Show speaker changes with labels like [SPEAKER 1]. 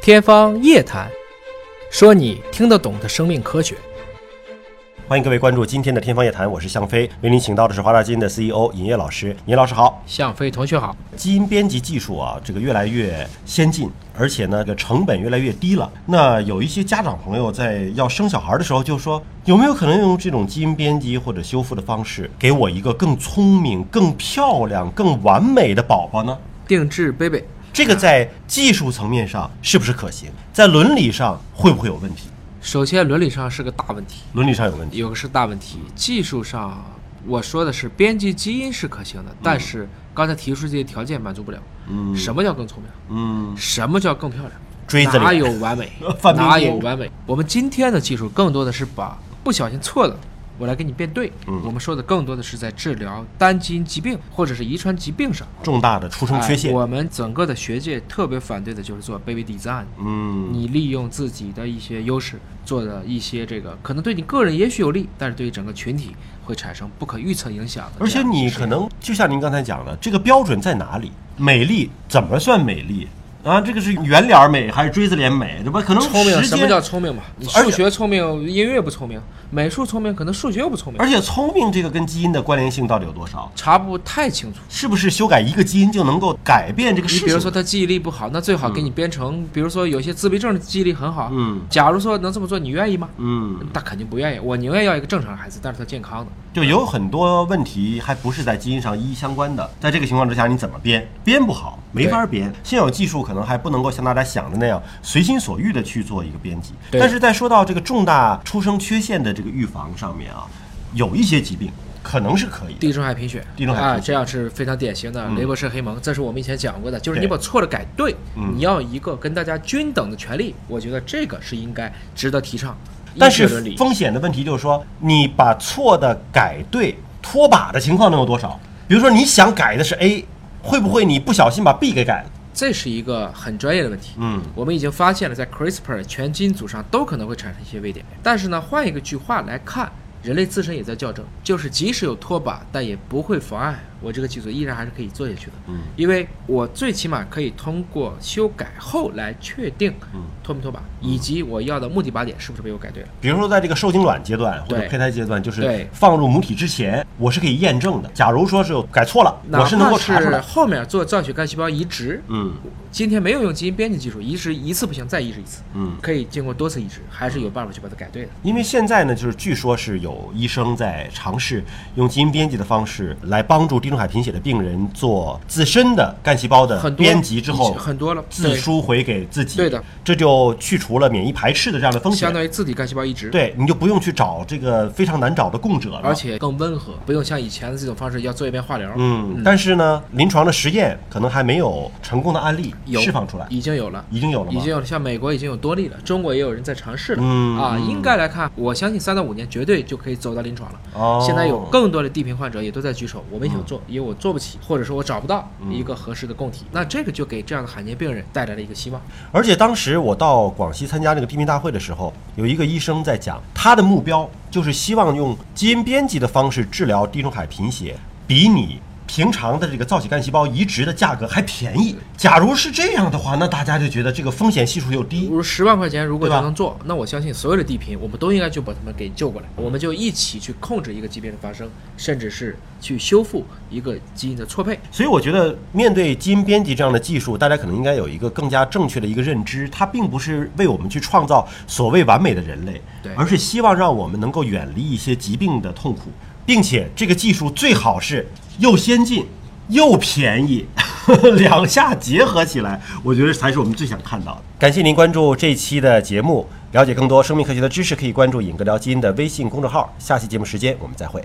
[SPEAKER 1] 天方夜谭，说你听得懂的生命科学。
[SPEAKER 2] 欢迎各位关注今天的《天方夜谭》，我是向飞，为您请到的是华大基因的 CEO 尹烨老师。尹烨老师好，
[SPEAKER 1] 向飞同学好，
[SPEAKER 2] 基因编辑技术啊，这个越来越先进，而且呢，这个成本越来越低了。那有一些家长朋友在要生小孩的时候就说，有没有可能用这种基因编辑或者修复的方式，给我一个更聪明、更漂亮、更完美的宝宝呢？
[SPEAKER 1] 定制 baby。
[SPEAKER 2] 这个在技术层面上是不是可行？在伦理上会不会有问题？
[SPEAKER 1] 首先，伦理上是个大问题，
[SPEAKER 2] 伦理上有问题，
[SPEAKER 1] 有个是大问题。技术上，我说的是编辑基因是可行的，但是刚才提出这些条件满足不了。
[SPEAKER 2] 嗯
[SPEAKER 1] 什么叫更聪明？
[SPEAKER 2] 嗯，
[SPEAKER 1] 什么叫更漂亮？
[SPEAKER 2] 锥子
[SPEAKER 1] 哪
[SPEAKER 2] 脸？
[SPEAKER 1] 有完美
[SPEAKER 2] 范冰冰
[SPEAKER 1] 哪有完美？我们今天的技术更多的是把不小心错的，我来给你变对。
[SPEAKER 2] 嗯
[SPEAKER 1] 我们说的更多的是在治疗单基因疾病或者是遗传疾病上。
[SPEAKER 2] 重大的出生缺陷
[SPEAKER 1] 哎。我们整个的学界特别反对的就是做 baby design，、
[SPEAKER 2] 嗯，
[SPEAKER 1] 你利用自己的一些优势做的一些这个，可能对你个人也许有利，但是对于整个群体会产生不可预测影响的。
[SPEAKER 2] 而且你可能就像您刚才讲的，这个标准在哪里？美丽怎么算美丽啊？这个是圆脸儿美还是锥子脸美？对吧？可能
[SPEAKER 1] 聪明，啊
[SPEAKER 2] 时
[SPEAKER 1] 什
[SPEAKER 2] 间
[SPEAKER 1] 么叫聪明嘛？你
[SPEAKER 2] 而
[SPEAKER 1] 数
[SPEAKER 2] 且
[SPEAKER 1] 学聪明，音乐不聪明；美术聪明，可能数学又不聪明
[SPEAKER 2] 而，且聪明这个跟基因的关联性到底有多少？
[SPEAKER 1] 查不太清楚。
[SPEAKER 2] 是不是修改一个基因就能够改变这个事
[SPEAKER 1] 你
[SPEAKER 2] 情？
[SPEAKER 1] 比如说他记忆力不好，那最好给你编成，比如说有些自闭症的记忆力很好，
[SPEAKER 2] 嗯
[SPEAKER 1] 假如说能这么做，你愿意吗？
[SPEAKER 2] 嗯，
[SPEAKER 1] 那肯定不愿意。我宁愿要一个正常的孩子，但是他健康的。
[SPEAKER 2] 就有很多问题还不是在基因上一一相关的。在这个情况之下，你怎么编？编不好，没法编。现有技术可能还不能够像大家想的那样随心所欲的去做一个编辑。
[SPEAKER 1] 对
[SPEAKER 2] 但是在说到这个重大出生缺陷的这个预防上面啊，有一些疾病可能是可以的。
[SPEAKER 1] 地中海贫血，
[SPEAKER 2] 地中海贫血嗯
[SPEAKER 1] 啊，这样是非常典型的雷伯氏黑蒙，这是我们以前讲过的，就是
[SPEAKER 2] 对嗯
[SPEAKER 1] 你把错的改对，你要一个跟大家均等的权利，我觉得这个是应该值得提倡。
[SPEAKER 2] 但
[SPEAKER 1] 医
[SPEAKER 2] 是
[SPEAKER 1] 学伦理
[SPEAKER 2] 风险的问题就是说，你把错的改对，脱靶的情况能有多少？比如说你想改的是 A，会不会你不小心把 B 给改了？
[SPEAKER 1] 这是一个很专业的问题。
[SPEAKER 2] 嗯，
[SPEAKER 1] 我们已经发现了，在 CRISPR 全基因组上都可能会产生一些位点。但是呢，换一个句话来看，人类自身也在校正，就是即使有脱靶，但也不会妨碍我这个技术依然还是可以做下去的。
[SPEAKER 2] 嗯，
[SPEAKER 1] 因为我最起码可以通过修改后来确定
[SPEAKER 2] 嗯
[SPEAKER 1] 脱没脱靶，以及我要的目的靶点是不是被我改对了。
[SPEAKER 2] 比如说，在这个受精卵阶段或者
[SPEAKER 1] 对
[SPEAKER 2] 胚胎阶段，就是
[SPEAKER 1] 对
[SPEAKER 2] 放入母体之前，我是可以验证的。假如说是有改错了，
[SPEAKER 1] 哪
[SPEAKER 2] 我
[SPEAKER 1] 怕
[SPEAKER 2] 是能够查出来。
[SPEAKER 1] 后面做造血干细胞移植，
[SPEAKER 2] 嗯
[SPEAKER 1] 今天没有用基因编辑技术，移植一次不行，再移植一次，
[SPEAKER 2] 嗯，
[SPEAKER 1] 可以经过多次移植，还是有办法去把它改对的。
[SPEAKER 2] 因为现在呢，就是据说是有医生在尝试用基因编辑的方式来帮助地中海贫血的病人做自身的干细胞的
[SPEAKER 1] 很多
[SPEAKER 2] 编辑之后，
[SPEAKER 1] 很多了，
[SPEAKER 2] 自
[SPEAKER 1] 对
[SPEAKER 2] 输回给自己。
[SPEAKER 1] 对的，
[SPEAKER 2] 这就去除了免疫排斥的这样的风
[SPEAKER 1] 相
[SPEAKER 2] 险。
[SPEAKER 1] 当于自体干细胞移植，，
[SPEAKER 2] 对，你就不用去找这个非常难找的供者了。
[SPEAKER 1] 而且更温和，不用像以前的这种方式要做一遍化疗，
[SPEAKER 2] 嗯，但是呢，临床的实验可能还没有成功的案例
[SPEAKER 1] 有
[SPEAKER 2] 释放出来，
[SPEAKER 1] 已经有了。
[SPEAKER 2] 已经有了
[SPEAKER 1] 已
[SPEAKER 2] 吗？
[SPEAKER 1] 经有了，像美国已经有多例了，中国也有人在尝试了、
[SPEAKER 2] 嗯
[SPEAKER 1] 啊。
[SPEAKER 2] 嗯
[SPEAKER 1] 应该来看，我相信三到五年绝对就可以走到临床了。
[SPEAKER 2] 哦嗯
[SPEAKER 1] 现在有更多的地贫患者也都在举手，我们想做，因为我做不起，或者说我找不到一个合适的供体，那这个就给这样的罕见病人带来了一个希望。
[SPEAKER 2] 而且当时我到广西参加这个地贫大会的时候，有一个医生在讲，他的目标就是希望用基因编辑的方式治疗地中海贫血，比你平常的这个造血干细胞移植的价格还便宜。假如是这样的话，那大家就觉得这个风险系数又低
[SPEAKER 1] 如。果十万块钱如果
[SPEAKER 2] 对吧
[SPEAKER 1] 就能做，那我相信所有的地贫，我们都应该就把他们给救过来，我们就一起去控制一个疾病的发生，甚至是去修复一个基因的错配。
[SPEAKER 2] 所以我觉得，面对基因编辑这样的技术，大家可能应该有一个更加正确的一个认知，它并不是为我们去创造所谓完美的人类
[SPEAKER 1] 对，
[SPEAKER 2] 而是希望让我们能够远离一些疾病的痛苦，并且这个技术最好是又先进又便宜， 两下结合起来，我觉得才是我们最想看到的。感谢您关注这一期的节目，了解更多生命科学的知识，可以关注“尹哥聊基因”的微信公众号。下期节目时间我们再会。